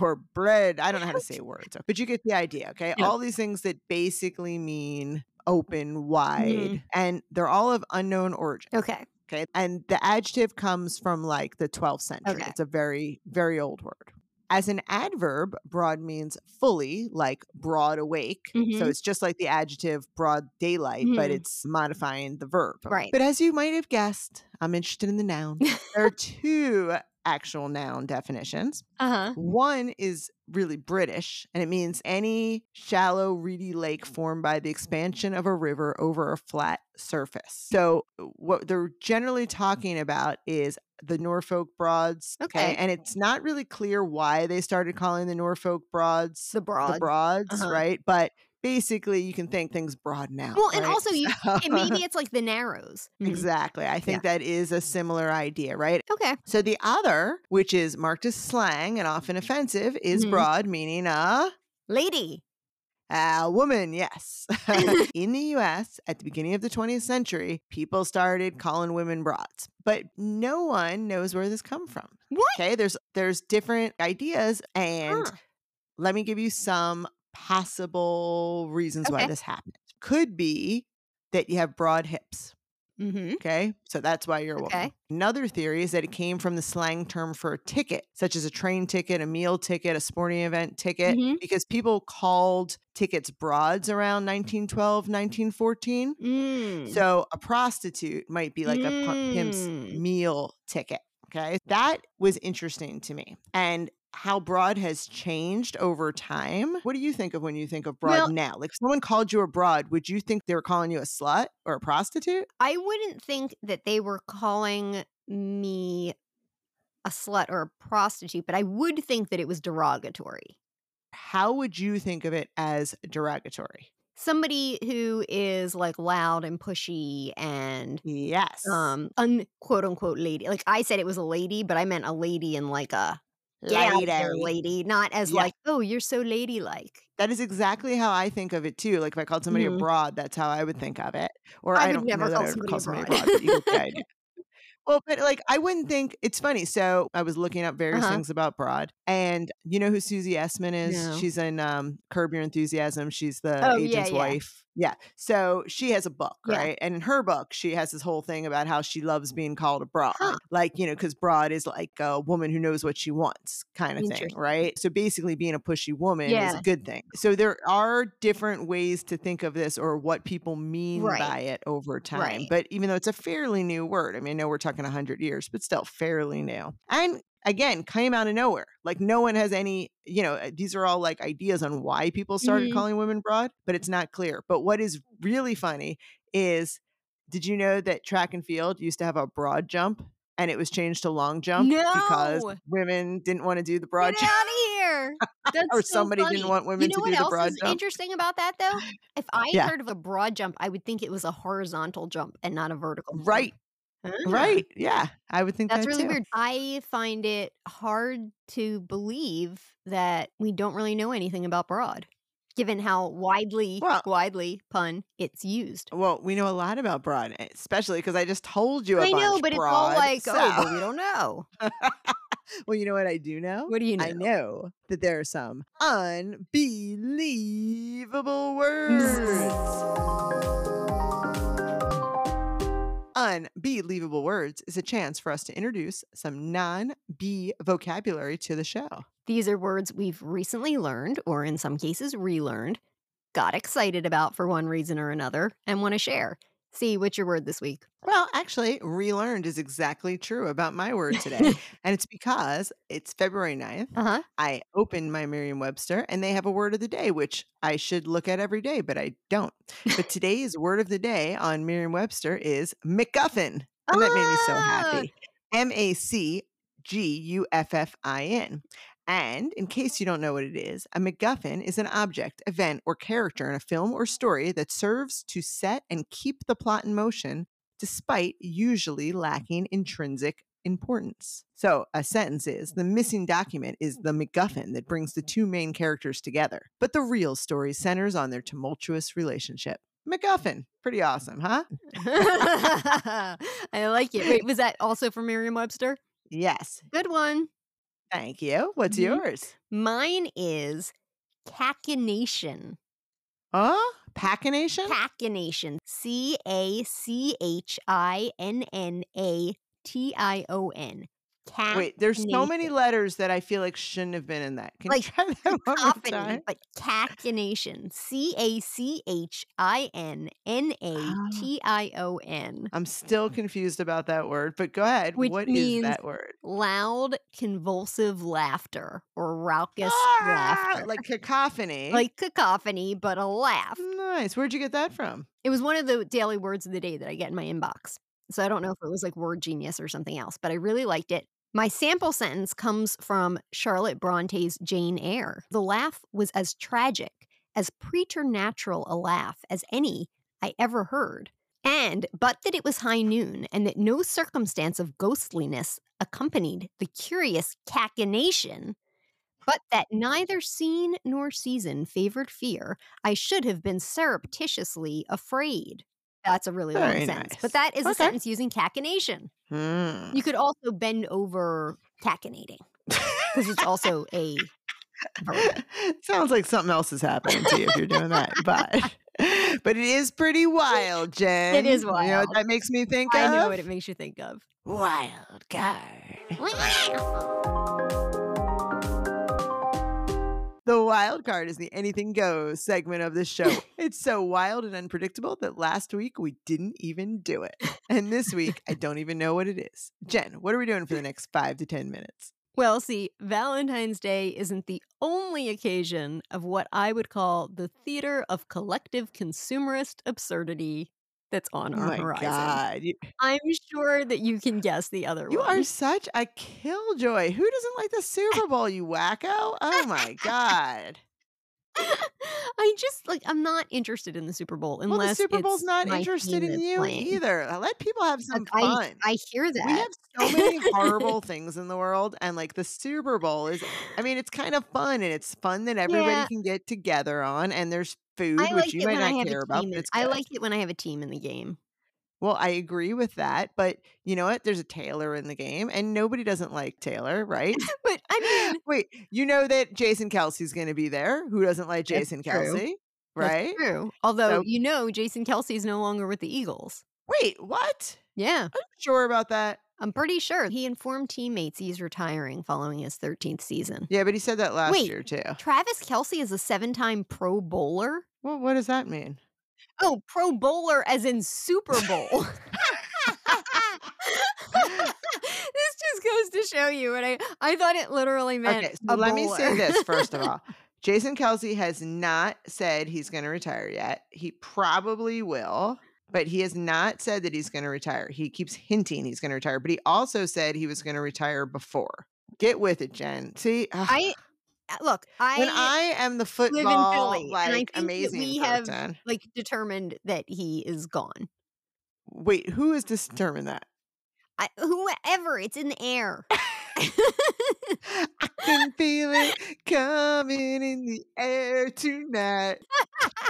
S1: or bread. I don't know how to say words, but you get the idea. Okay.
S2: Yeah.
S1: All these things that basically mean open, wide, and they're all of unknown origin.
S2: Okay.
S1: Okay. And the adjective comes from like the 12th century.
S2: Okay.
S1: It's a very, very old word. As an adverb, broad means fully, like broad awake. So
S2: Mhm.
S1: it's just like the adjective broad daylight, but
S2: Mhm.
S1: it's modifying the verb.
S2: Right.
S1: But as you might have guessed, I'm interested in the noun. there are two actual noun definitions.
S2: Uh-huh.
S1: One is really British, and it means any shallow, reedy lake
S2: Mm.
S1: formed by the expansion of a river over a flat surface. So, uh, what they're
S2: Mm.
S1: generally talking about is the Norfolk Broads.
S2: Okay.
S1: And it's not really clear why they started calling the Norfolk Broads
S2: The broad.
S1: the Broads,
S2: Uh-huh.
S1: right? But basically, you can think things broaden out.
S2: Well, and
S1: right?
S2: also you and
S1: So-
S2: maybe it's like the narrows. Mhm.
S1: Exactly. I think that is a similar idea, right?
S2: Okay.
S1: So the other, which is marked as slang and
S2: Mm-hmm.
S1: often offensive, is
S2: Mhm.
S1: broad, meaning a,
S2: Lady.
S1: a woman, yes. In the US, at the beginning of the 20th century, people started calling women broads. But no one knows where this come from.
S2: What?
S1: Okay, there's there's different ideas and
S2: Huh.
S1: let me give you some possible reasons why
S2: Okay.
S1: this happened. Could be that you have broad hips.
S2: Mhm.
S1: Okay. So that's why you're a woman.
S2: Okay.
S1: Another theory is that it came from the slang term for a ticket, such as a train ticket, a meal ticket, a sporting event ticket,
S2: Mhm.
S1: because people called tickets broads around 1912, 1914.
S2: Mm.
S1: So a prostitute might be like a pimp- pimp's
S2: Mm.
S1: meal ticket. Okay. That was interesting to me. And how broad has changed over time. What do you think of when you think of broad
S2: Well-
S1: now? Like if someone called you a broad, would you think they were calling you a slut or a prostitute?
S2: I wouldn't think that they were calling me a slut or a prostitute, but I would think that it was derogatory.
S1: how would you think of it as derogatory?
S2: somebody who is like loud and pushy and
S1: Yes.
S2: um un quote unquote lady. Like I said it was a lady, but I meant a lady in like a get out
S1: Lady.
S2: there lady, not as
S1: Yeah.
S2: like, oh, you're so ladylike.
S1: That is exactly how I think of it too. Like if I called somebody
S2: Mhm.
S1: abroad, that's how I would think of it. Or
S2: I
S1: I,
S2: would
S1: don't
S2: never
S1: know that I
S2: call
S1: would
S2: somebody
S1: call somebody
S2: abroad.
S1: abroad. but you get the idea. well, but like I wouldn't think it's funny. So I was looking up various
S2: Uh-huh.
S1: things about broad, and you know who Susie Essman is?
S2: No.
S1: She's in um, Curb Your Enthusiasm. She's the
S2: Oh, yeah,
S1: agent's
S2: yeah.
S1: wife. Yeah. So she has a book,
S2: Yeah.
S1: right? And in her book, she has this whole thing about how she loves being called a broad,
S2: Huh.
S1: like you know, because broad is like a woman who knows what she wants, kind of thing,
S2: Interesting.
S1: right? So basically, being a pushy woman is
S2: Yeah.
S1: a good thing. So there are different ways to think of this or what people mean
S2: Right.
S1: by it over time.
S2: Right.
S1: But even though it's a fairly new word, I mean, I know we're talking 100 years, but still fairly new. And again, came out of nowhere. Like no one has any, you know, uh, these are all like ideas on why people started
S2: Mhm.
S1: calling women broad, but it's not clear. But what is really funny is did you know that track and field used to have a broad jump? And it was changed to long jump because
S2: No!
S1: women didn't want to do the broad
S2: Get
S1: jump.
S2: out of here. That's
S1: Or
S2: so
S1: somebody
S2: funny.
S1: didn't want
S2: You
S1: women
S2: know
S1: to
S2: what
S1: do the
S2: else
S1: broad
S2: is
S1: jump.
S2: interesting about that though? If I
S1: Yeah.
S2: heard of a broad jump, I would think it was a horizontal jump and not a vertical. jump.
S1: Right,
S2: Ah,
S1: right. Yeah, I would think
S2: That's
S1: that
S2: really
S1: too.
S2: weird. I find it hard to believe that we don't really know anything about broad, given how widely,
S1: Well,
S2: widely pun it's used.
S1: Well, we know a lot about broad, eh, especially because I just told you a
S2: I
S1: bunch.
S2: know, but it's all
S1: broad,
S2: like, oh,
S1: so-
S2: but we don't know.
S1: well, you know what I do know?
S2: What do you know?
S1: I know that there are some unbelievable words. Unbelievable words is a chance for us to introduce some non-B vocabulary to the show.
S2: These are words we've recently learned, or in some cases, relearned, got excited about for one reason or another, and want to share. See, what's your word this week?
S1: Well, actually, relearned is exactly true about my word today. and it's because it's February 9th.
S2: Uh huh.
S1: I opened my Merriam Webster and they have a word of the day, which I should look at every day, but I don't. But today's word of the day on Merriam Webster is MacGuffin. And that made me so happy. M A C G U F F I N. And in case you don't know what it is, a MacGuffin is an object, event, or character in a film or story that serves to set and keep the plot in motion despite usually lacking intrinsic importance. So, a sentence is the missing document is the MacGuffin that brings the two main characters together, but the real story centers on their tumultuous relationship. MacGuffin. Pretty awesome, huh?
S2: Mm, I like it. Wait, was that also from Merriam Webster?
S1: Yes.
S2: Good one.
S1: Thank you. What's
S2: Mhm.
S1: yours?
S2: Mine is cacination.
S1: Huh? Pacination?
S2: Cacination. C A C H I N N A T I O N.
S1: Wait, there's so many letters that I feel like shouldn't have been in that. Can
S2: Like,
S1: you try that one more
S2: cacophony,
S1: time?
S2: but cacination. C A C H I N N A
S1: Ah.
S2: T I O N.
S1: I'm still confused about that word, but go ahead. What
S2: Which
S1: is
S2: means
S1: that word?
S2: Loud, convulsive laughter or raucous
S1: Ah,
S2: laughter.
S1: Like eh? Mm. cacophony.
S2: Like cacophony, but a laugh.
S1: Nice. Where'd you get that from?
S2: It was one of the daily words of the day that I get in my inbox. So I don't know if it was like Word Genius or something else, but I really liked it. My sample sentence comes from Charlotte Bronte's Jane Eyre. The laugh was as tragic, as preternatural a laugh as any I ever heard. And but that it was high noon and that no circumstance of ghostliness accompanied the curious cacination, but that neither scene nor season favored fear, I should have been surreptitiously afraid. That's a really long
S1: Very
S2: sentence,
S1: nice.
S2: but that is a
S1: Okay.
S2: sentence using cacination.
S1: Hmm.
S2: You could also bend over cacinating because it's also a verb.
S1: Sounds like something else is happening to you if you're doing that, but but it is pretty wild, Jen.
S2: is
S1: You know
S2: wild.
S1: what that makes me think
S2: I
S1: of?
S2: know what it makes you think of.
S1: Wild card. The wild card is the anything goes segment of this show. it's so wild and unpredictable that last week we didn't even do it, and this week I don't even know what it is. Jen, what are we doing for the next five to ten minutes?
S2: Well, see, Valentine's Day isn't the only occasion of what I would call the theater of collective consumerist absurdity that's on our
S1: Oh my
S2: horizon.
S1: God, you,
S2: I'm sure that you can guess the other
S1: You
S2: one.
S1: are such a killjoy. Who doesn't like the Super Bowl, you wacko? Oh my God.
S2: I just like I'm not interested in the Super Bowl unless
S1: well, the Super Bowl's
S2: it's
S1: not
S2: my
S1: interested
S2: team
S1: in
S2: that's
S1: you
S2: playing.
S1: either. Uh, Let people have some
S2: I-
S1: fun.
S2: I hear that.
S1: we have so many horrible things in the world, and like the Super Bowl is. I mean, it's kind of fun, and it's fun that everybody
S2: Yeah.
S1: can
S2: can
S1: get together on. And there's food,
S2: I
S1: which
S2: like
S1: you
S2: it
S1: might
S2: when I
S1: not
S2: have
S1: care
S2: a
S1: about,
S2: team.
S1: but
S2: in-
S1: it's
S2: I
S1: good.
S2: like it when I have a team in the game.
S1: Well, I agree with that, but you know what? There's a Taylor in the game, and nobody doesn't like Taylor, right?
S2: But I mean,
S1: Wait, you know that Jason Kelsey's going to be there. Who doesn't like
S2: That's
S1: Jason
S2: true.
S1: Kelsey,
S2: that's
S1: right?
S2: true. Although
S1: So-
S2: you know, Jason Kelsey's no longer with the Eagles.
S1: Wait, what? I'm
S2: Yeah,
S1: not sure about that.
S2: I'm pretty sure he informed teammates he's retiring following his 13th season.
S1: Yeah, but he said that last
S2: Wait.
S1: year too.
S2: Travis Kelsey is a seven-time Pro Bowler.
S1: Well, what does that mean?
S2: Oh, Pro Bowler as in Super Bowl. this just goes to show you what I I thought it literally meant.
S1: Okay, so
S2: a
S1: let me say
S2: bowler.
S1: this first of all. Jason Kelsey has not said he's going to retire yet. He probably will, but he has not said that he's going to retire. He keeps hinting he's going to retire, but he also said he was going to retire before. Get with it, Jen. See, ugh,
S2: I uh, look, I,
S1: when I am the
S2: in
S1: football
S2: Philly, and I think
S1: like
S2: that
S1: amazing
S2: we have-
S1: person.
S2: like determined that he is gone.
S1: Wait, who has determined that?
S2: I, whoever, it's in the air.
S1: I can feel it coming in the air tonight.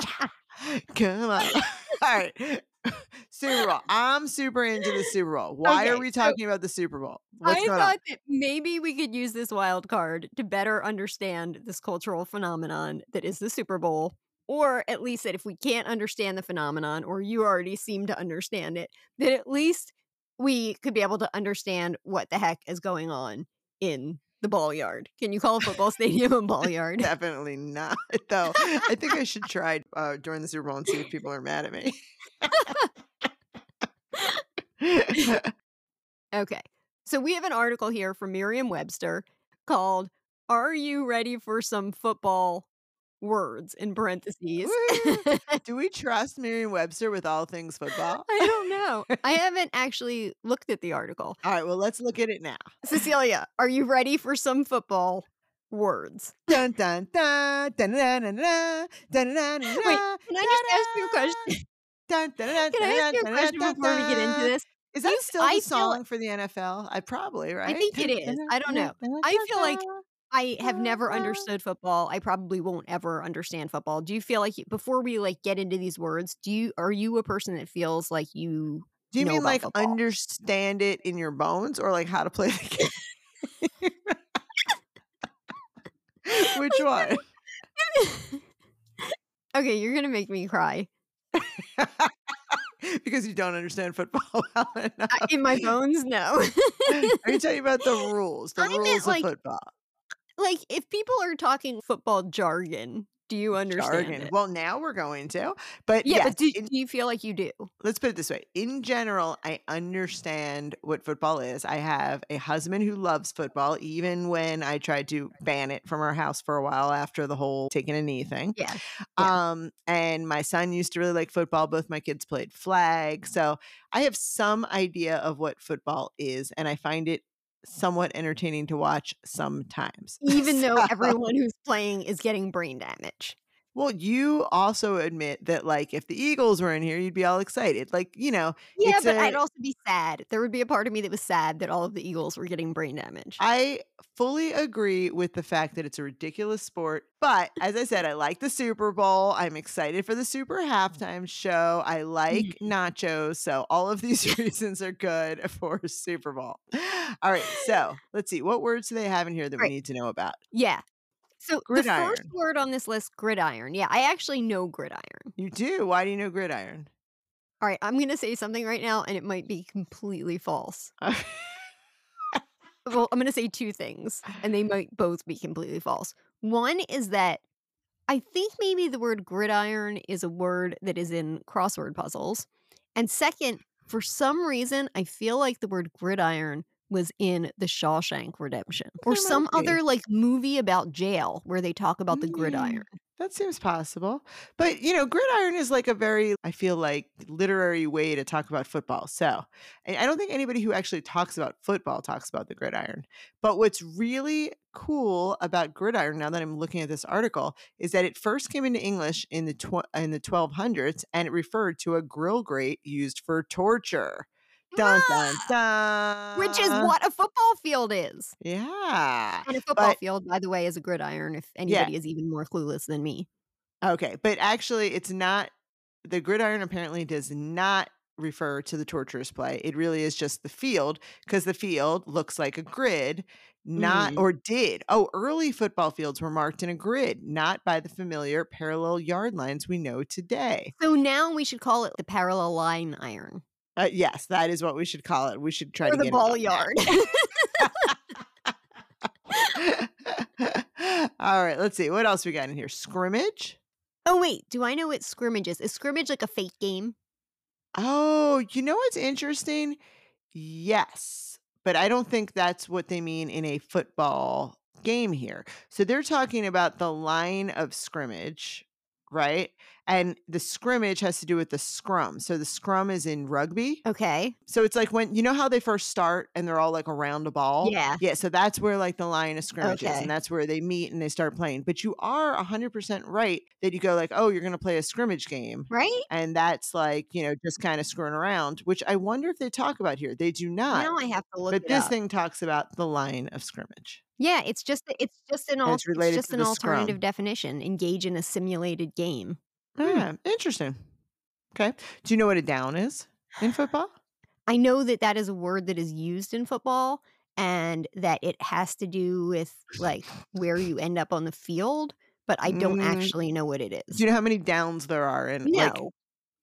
S1: Come on. All right. Super Bowl. I'm super into the Super Bowl. Why are
S2: Okay,
S1: we
S2: so
S1: talking about the Super Bowl? What's
S2: I
S1: going
S2: thought that maybe we could use this wild card to better understand this cultural phenomenon that is the Super Bowl, or at least that if we can't understand the phenomenon, or you already seem to understand it, that at least we could be able to understand what the heck is going on in the ball yard. Can you call a football stadium a ball
S1: on?
S2: yard?
S1: Definitely not, though. I think I should try uh, during the Super Bowl and see if people are mad at me.
S2: Okay. So we have an article here from Merriam Webster called Are You Ready for Some Football Words in parentheses?
S1: Woo. Do we trust Merriam Webster with all things football?
S2: I don't know. I haven't actually looked at the article.
S1: All right, well, let's look at it now.
S2: Cecilia, are you ready for some football words?
S1: Dun dun dun dun dun dun dun dun dun.
S2: Wait, Can I just ask you a question?
S1: Dun, dun, dun,
S2: Can I
S1: dun,
S2: ask you a
S1: dun,
S2: question
S1: dun,
S2: before we get into
S1: dun.
S2: this?
S1: Is that
S2: You-
S1: still
S2: I
S1: the
S2: feel-
S1: song for the NFL? I probably right.
S2: think it is. I don't know. I feel like- I have never
S1: Uh-huh.
S2: understood football. I probably won't ever understand football. Do you feel like you- before we like get into these words, do you are you a person that feels like you
S1: Do you
S2: know
S1: mean
S2: about
S1: like
S2: football.
S1: understand it in your bones, or like how to play the game? Which one?
S2: okay, you're gonna make me cry
S1: because you don't understand football well enough.
S2: I- in my bones. No,
S1: Are you talking about the rules? The
S2: I meant,
S1: rules of
S2: like,
S1: football.
S2: like if people are talking football jargon, do you understand
S1: jargon.
S2: it?
S1: Well, now we're going to. But
S2: yeah,
S1: yes,
S2: but do,
S1: in-
S2: do you feel like you do?
S1: let's put it this way. In general, I understand what football is. I have a husband who loves football, even when I tried to ban it from our house for a while after the whole taking a knee thing.
S2: Yeah,
S1: Um, and my son used to really like football. Both my kids played flag. So I have some idea of what football is, and I find it somewhat entertaining to watch sometimes.
S2: even though
S1: So-
S2: everyone who's playing is getting brain damage.
S1: Well, you also admit that, like, if the Eagles were in here, you'd be all excited. Like, you know,
S2: Yeah,
S1: It's
S2: but
S1: a-
S2: i I'd also be sad. There would be a part of me that was sad that all of the Eagles were getting brain damage.
S1: I fully agree with the fact that it's a ridiculous sport. But as I said, I like the Super Bowl. I'm excited for the Super halftime show. I like nachos. So all of these reasons are good for Super Bowl. All right. So let's see. What words do they have in here that
S2: Right.
S1: we need to know about?
S2: yeah. So the first
S1: Gridiron.
S2: word on this list, gridiron. Yeah, I actually know gridiron.
S1: You do. Why do you know gridiron?
S2: All right, I'm going to say something right now, and it might be completely false. well, I'm going to say two things, and they might both be completely false. One is that I think maybe the word gridiron is a word that is in crossword puzzles. And second, for some reason, I feel like the word gridiron was in the Shawshank Redemption or
S1: There might
S2: some
S1: be.
S2: other like movie about jail where they talk about the
S1: Mm.
S2: gridiron.
S1: That seems possible. But, you know, gridiron is like a very, I feel like, literary way to talk about football. So and I don't think anybody who actually talks about football talks about the gridiron. But what's really cool about gridiron, now that I'm looking at this article, is that it first came into English in the, tw- in the 1200s and it referred to a grill grate used for torture. Dun, dun, dun.
S2: Ah! Which is what a football field is.
S1: Yeah.
S2: And a football
S1: But-
S2: field, by the way, is a gridiron if anybody is even more clueless than me.
S1: Okay, but actually, it's not the gridiron. Apparently, does not refer to the torturous play. It really is just the field because the field looks like a grid, not
S2: Mm.
S1: or did. Oh, early football fields were marked in a grid, not by the familiar parallel yard lines we know today.
S2: So now we should call it the parallel line iron
S1: Uh, yes, that is what we should call it. We should try
S2: or
S1: to
S2: the
S1: get it
S2: ball
S1: on that.
S2: yard.
S1: All right, let's see what else we got in here. Scrimmage.
S2: oh, wait. Do I know what scrimmage is? Is scrimmage like a fake game?
S1: Oh, you know what's interesting? Yes, but I don't think that's what they mean in a football game here. So they're talking about the line of scrimmage, right? And the scrimmage has to do with the scrum. So the scrum is in rugby.
S2: Okay.
S1: So it's like when you know how they first start and they're all like around a ball.
S2: Yeah.
S1: Yeah, so that's where like the line of scrimmage is,
S2: Okay.
S1: and that's where they meet and they start playing. But you are 100% right that you go like, "Oh, you're going to play a scrimmage game."
S2: Right?
S1: and that's like you know just kind of screwing around which i wonder if they talk about here they do not
S2: now I have to look
S1: but
S2: it
S1: this
S2: up.
S1: thing talks about the line of scrimmage
S2: yeah, it's just it's just an
S1: And
S2: al-
S1: it's related
S2: just
S1: to
S2: an
S1: the
S2: alternative
S1: scrum.
S2: definition. Engage in a simulated game. Hmm.
S1: yeah Ah, interesting okay do you know what a down is in football
S2: I know that that is a word that is used in football and that it has to do with like where you end up on the field, but I don't
S1: Mm.
S2: actually know what it is.
S1: do you know how many downs there are in
S2: no,
S1: like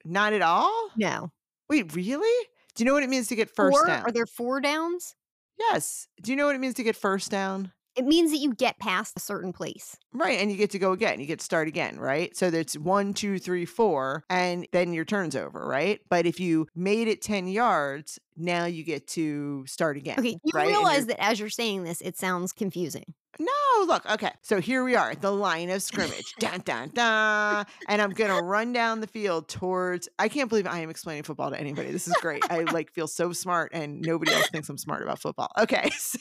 S1: not at all
S2: no.
S1: wait really do you know what it means to get first
S2: Four?
S1: down
S2: Are there four downs?
S1: yes do you know what it means to get first down
S2: It means that you get past a certain place.
S1: Right. And you get to go again. You get to start again, right? So that's one, two, three, four, and then your turn's over, right? But if you made it 10 yards, now you get to start again.
S2: Okay, you
S1: right? And
S2: realize
S1: you're-
S2: that as you're saying this, it sounds confusing.
S1: No, look. Okay. So here we are at the line of scrimmage. dun, dun, dun. And I'm going to run down the field towards. I can't believe I am explaining football to anybody. This is great. I like feel so smart, and nobody else thinks I'm smart about football. Okay. So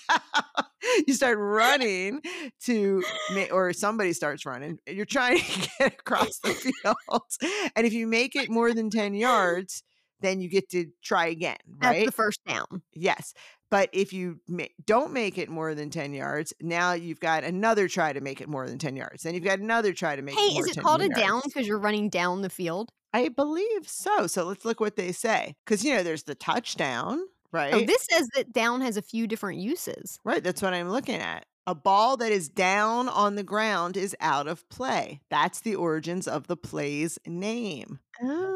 S1: you start running to, ma- or somebody starts running. You're trying to get across the field. And if you make it more than 10 yards, then you get to try again,
S2: That's
S1: right?
S2: the first down.
S1: Yes. But if you ma- don't make it more than 10 yards, now you've got another try to make it more than 10 yards. Then you've got another try to make
S2: Hey,
S1: it more
S2: is it
S1: 10
S2: called a
S1: yards.
S2: down because you're running down the field?
S1: I believe so. So let's look what they say. Because, you know, there's the touchdown, right?
S2: Oh, this says that down has a few different uses.
S1: right. That's what I'm looking at. A ball that is down on the ground is out of play. That's the origins of the play's name.
S2: Oh.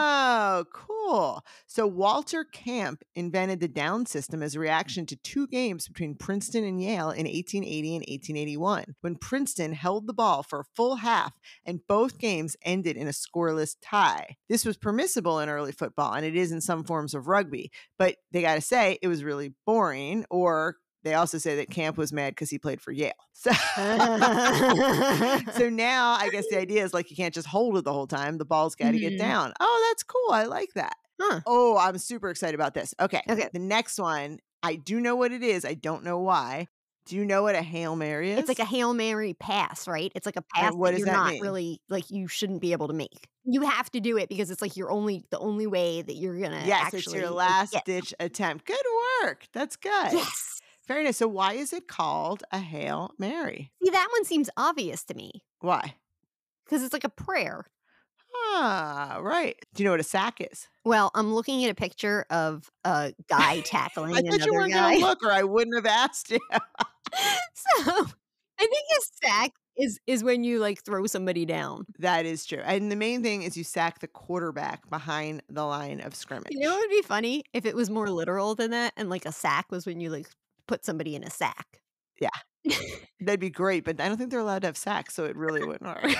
S1: Oh, cool. So Walter Camp invented the down system as a reaction to two games between Princeton and Yale in 1880 and 1881, when Princeton held the ball for a full half and both games ended in a scoreless tie. This was permissible in early football, and it is in some forms of rugby, but they got to say it was really boring or they also say that Camp was mad because he played for Yale. So, so now I guess the idea is like you can't just hold it the whole time. The ball's got to
S2: Mhm.
S1: get down. Oh, that's cool. I like that.
S2: Huh.
S1: Oh, I'm super excited about this. Okay.
S2: Okay.
S1: The next one, I do know what it is. I don't know why. Do you know what a Hail Mary is?
S2: It's like a Hail Mary pass, right? It's like a pass
S1: what does
S2: that you're
S1: that
S2: not
S1: mean?
S2: really like you shouldn't be able to make. You have to do it because it's like your only the only way that you're gonna
S1: Yes,
S2: actually
S1: it's your
S2: like,
S1: last
S2: get-
S1: ditch attempt. Good work. That's good.
S2: Yes.
S1: Very nice. So why is it called a Hail Mary?
S2: See, that one seems obvious to me.
S1: Why?
S2: Because it's like a prayer.
S1: Ah, right. Do you know what a sack is?
S2: Well, I'm looking at a picture of a guy tackling
S1: I thought you
S2: another
S1: weren't going to
S2: guy.
S1: look, or I wouldn't have asked you.
S2: so I think a sack is is when you like throw somebody down.
S1: That is true. And the main thing is you sack the quarterback behind the line of scrimmage.
S2: You know what would be funny if it was more literal than that, and like a sack was when you like put somebody in a sack.
S1: That'd be great, but I don't think they're allowed to have sacks, so it really wouldn't work.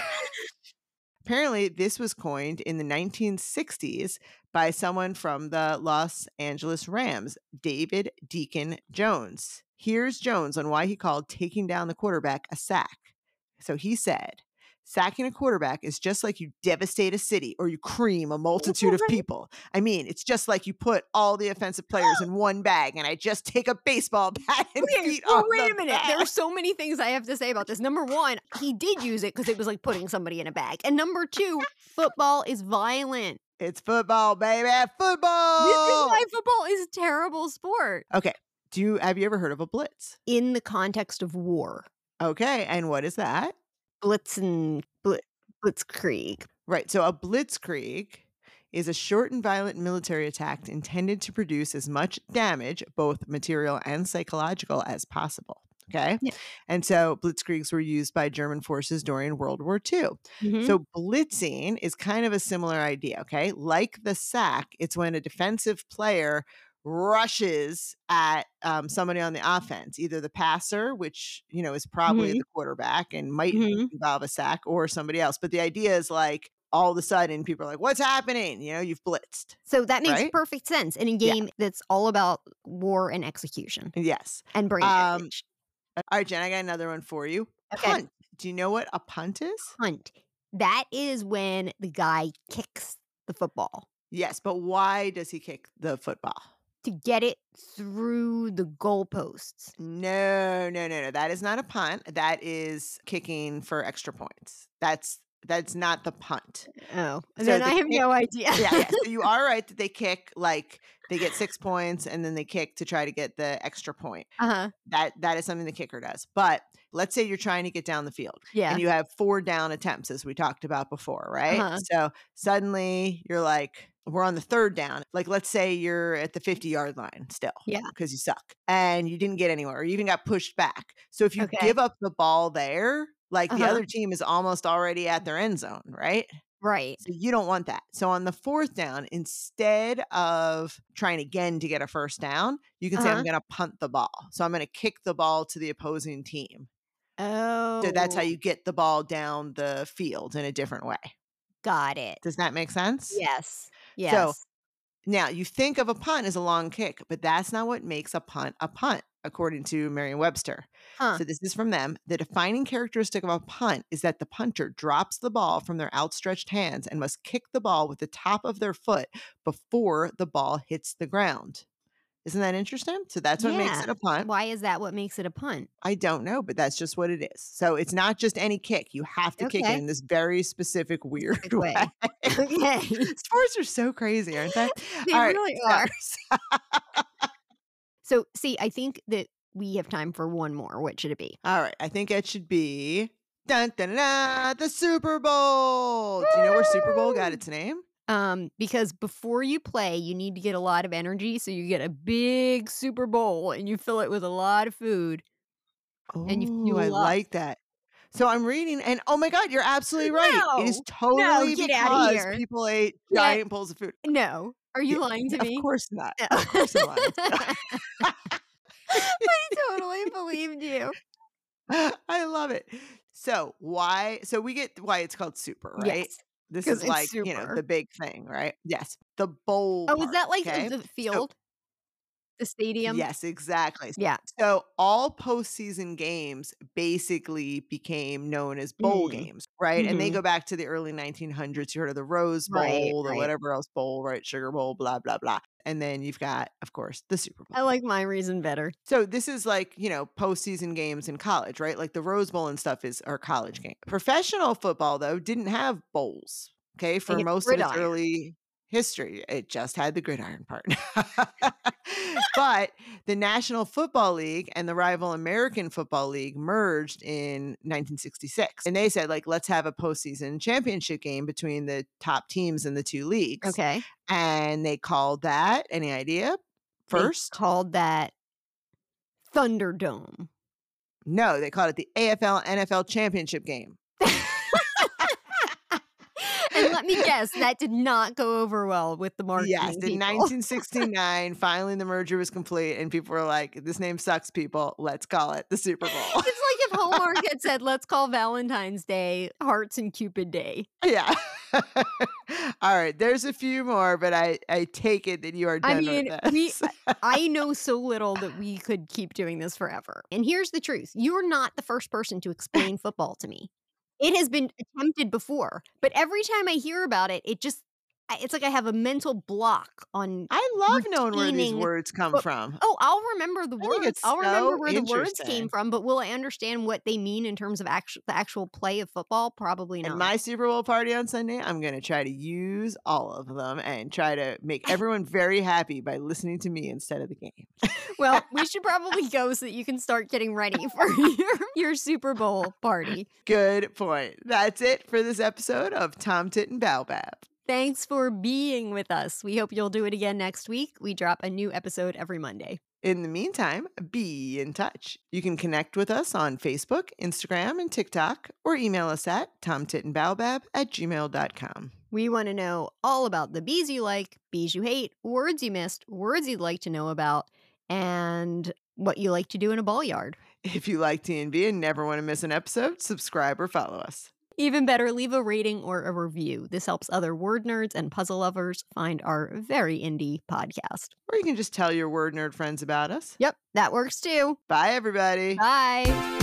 S1: Apparently, this was coined in the 1960s by someone from the Los Angeles Rams, David Deacon Jones. Here's Jones on why he called taking down the quarterback a sack. So he said, Sacking a quarterback is just like you devastate a city or you cream a multitude of
S2: Right.
S1: people. I mean, it's just like you put all the offensive players in one bag and I just take a baseball bat and
S2: Okay,
S1: beat
S2: well,
S1: on
S2: wait
S1: oh, the
S2: a minute. There are
S1: bat.
S2: so many things I have to say about this. Number one, he did use it because it was like putting somebody in a bag. And number two, football is violent.
S1: It's football, baby. Football.
S2: This is why football is a terrible sport.
S1: Do you have you ever heard of a blitz?
S2: In the context of war,
S1: Okay, and what is that?
S2: Blitzen, Blit, Blitzkrieg.
S1: Right. So a blitzkrieg is a short and violent military attack intended to produce as much damage, both material and psychological, as possible. Okay.
S2: Yeah.
S1: And so blitzkriegs were used by German forces during World War II.
S2: Mhm.
S1: So blitzing is kind of a similar idea. Okay. Like the sack, it's when a defensive player rushes at um, somebody on the offense, either the passer, which, you know, is probably
S2: Mhm.
S1: the quarterback and might
S2: Mhm.
S1: involve a sack or somebody else. But the idea is like all of a sudden people are like, what's happening? You know, you've blitzed.
S2: So that makes
S1: Right?
S2: perfect sense in a
S1: Yeah.
S2: game that's all about war and execution
S1: Yes.
S2: and brain
S1: Um,
S2: damage.
S1: All right, Jen, I got another one for you.
S2: Okay.
S1: Punt. Do you know what a punt is?
S2: Hunt. That is when the guy kicks the football.
S1: Yes, but why does he kick the football?
S2: to get it through the goalposts.
S1: No, no, no, no. That is not a punt. That is kicking for extra points. That's that's not the punt.
S2: Oh,
S1: So
S2: then
S1: the
S2: I have
S1: kick-
S2: no idea.
S1: Yeah, yeah. so you are right that they kick like they get six points and then they kick to try to get the extra point.
S2: uh-huh.
S1: That that is something the kicker does. But let's say you're trying to get down the field.
S2: Yeah.
S1: and you have four down attempts as we talked about before, right?
S2: Uh-huh.
S1: So suddenly you're like, we're on the third down. Like, let's say you're at the 50 yard line still.
S2: Yeah.
S1: Because you suck and you didn't get anywhere or you even got pushed back. So if you
S2: Okay.
S1: give up the ball there, like the
S2: Uh-huh.
S1: other team is almost already at their end zone, right?
S2: right.
S1: So you don't want that. So on the fourth down, instead of trying again to get a first down, you can say,
S2: Uh-huh.
S1: I'm going to punt the ball. So I'm going to kick the ball to the opposing team.
S2: Oh.
S1: So that's how you get the ball down the field in a different way.
S2: got it.
S1: Does that make sense?
S2: Yes. Yes.
S1: So- Now, you think of a punt as a long kick, but that's not what makes a punt a punt, according to Merriam Webster.
S2: Huh.
S1: So this is from them. The defining characteristic of a punt is that the punter drops the ball from their outstretched hands and must kick the ball with the top of their foot before the ball hits the ground. Isn't that interesting? So that's what makes
S2: Yeah.
S1: it a punt.
S2: Why is that what makes it a punt?
S1: I don't know, but that's just what it is. So it's not just any kick. You have to kick
S2: Okay.
S1: it in this very specific, weird
S2: Specific way.
S1: way.
S2: Okay.
S1: Sports are so crazy, aren't they?
S2: They
S1: All right,
S2: really
S1: so-
S2: are. So see, I think that we have time for one more. What should it be?
S1: All right. I think it should be dun, dun, dun, dun, the Super Bowl. Do you know where Super Bowl got
S2: Woo!
S1: its name?
S2: Um, because before you play, you need to get a lot of energy. So you get a big Super Bowl and you fill it with a lot of food.
S1: Oh,
S2: you fuel
S1: I
S2: up.
S1: like that. So I'm reading, and oh my God, you're absolutely right. it is totally
S2: get outta
S1: because
S2: here.
S1: people ate
S2: Yeah.
S1: giant bowls of food.
S2: No. Are you
S1: Yeah,
S2: lying to
S1: Of
S2: me?
S1: course not.
S2: No.
S1: Of course I'm lying.
S2: I totally believed you.
S1: I love it. So why? So we get why it's called super, right?
S2: Yes.
S1: this
S2: 'cause
S1: is
S2: it's
S1: like you know
S2: super.
S1: the big thing, right? Yes, the bowl.
S2: Oh, is
S1: part,
S2: that like the-
S1: okay?
S2: the field? the stadium?
S1: Yes, exactly.
S2: Yeah.
S1: So all postseason games basically became known as bowl
S2: Mm.
S1: games, right? And they
S2: Mhm.
S1: go back to the early 1900s. You heard of the Rose Bowl,
S2: Right,
S1: the
S2: right.
S1: whatever else bowl, right? Sugar Bowl, blah blah blah. And then you've got, of course, the Super Bowl.
S2: I like my reason better.
S1: So this is like, you know, postseason games in college, right? Like the Rose Bowl and stuff is our college
S2: Mm-hmm.
S1: game. Professional football, though, didn't have bowls, okay, for
S2: had
S1: most of its
S2: gridiron.
S1: early history. It just had the gridiron part. but the National Football League and the rival American Football League merged in 1966. And they said, like, let's have a postseason championship game between the top teams in the two leagues.
S2: Okay.
S1: And they called that, any idea?
S2: They
S1: First?
S2: called that Thunderdome.
S1: No, they called it the AFL NFL championship game.
S2: And let me guess, that did not go over well with the marketing.
S1: yes, in
S2: people.
S1: 1969, finally the merger was complete, and people were like, "This name sucks, people. Let's call it the Super Bowl."
S2: It's like if Hallmark had said, let's call Valentine's Day Hearts and Cupid Day.
S1: yeah. All right, there's a few more, but I I take it that you are done
S2: I mean,
S1: with this.
S2: we I know so little that we could keep doing this forever. And here's the truth. You are not the first person to explain football to me. It has been attempted before, but every time I hear about it, it just I- it's like I have a mental block on
S1: I love knowing where these
S2: retaining-
S1: words come
S2: but-
S1: from.
S2: Oh, I'll remember the
S1: think
S2: words.
S1: it's
S2: I'll remember
S1: so
S2: where the words
S1: interesting.
S2: came from, but will I understand what they mean in terms of actual the actual play of football? Probably
S1: At
S2: not.
S1: my Super Bowl party on Sunday, I'm going to try to use all of them and try to make everyone very happy by listening to me instead of the game.
S2: well, we should probably go so that you can start getting ready for your, your Super Bowl party.
S1: Good point. That's it for this episode of Tom Tit and Baobab.
S2: Thanks for being with us. We hope you'll do it again next week. We drop a new episode every Monday.
S1: In the meantime, be in touch. You can connect with us on Facebook, Instagram, and TikTok, or email us at tomtitandbaobab at gmail.com.
S2: We want to know all about the bees you like, bees you hate, words you missed, words you'd like to know about, and what you like to do in a ball yard.
S1: If you like TNB and never want to miss an episode, subscribe or follow us.
S2: Even better, leave a rating or a review. This helps other word nerds and puzzle lovers find our very indie podcast.
S1: Or you can just tell your word nerd friends about us.
S2: Yep, that works too.
S1: Bye, everybody.
S2: Bye.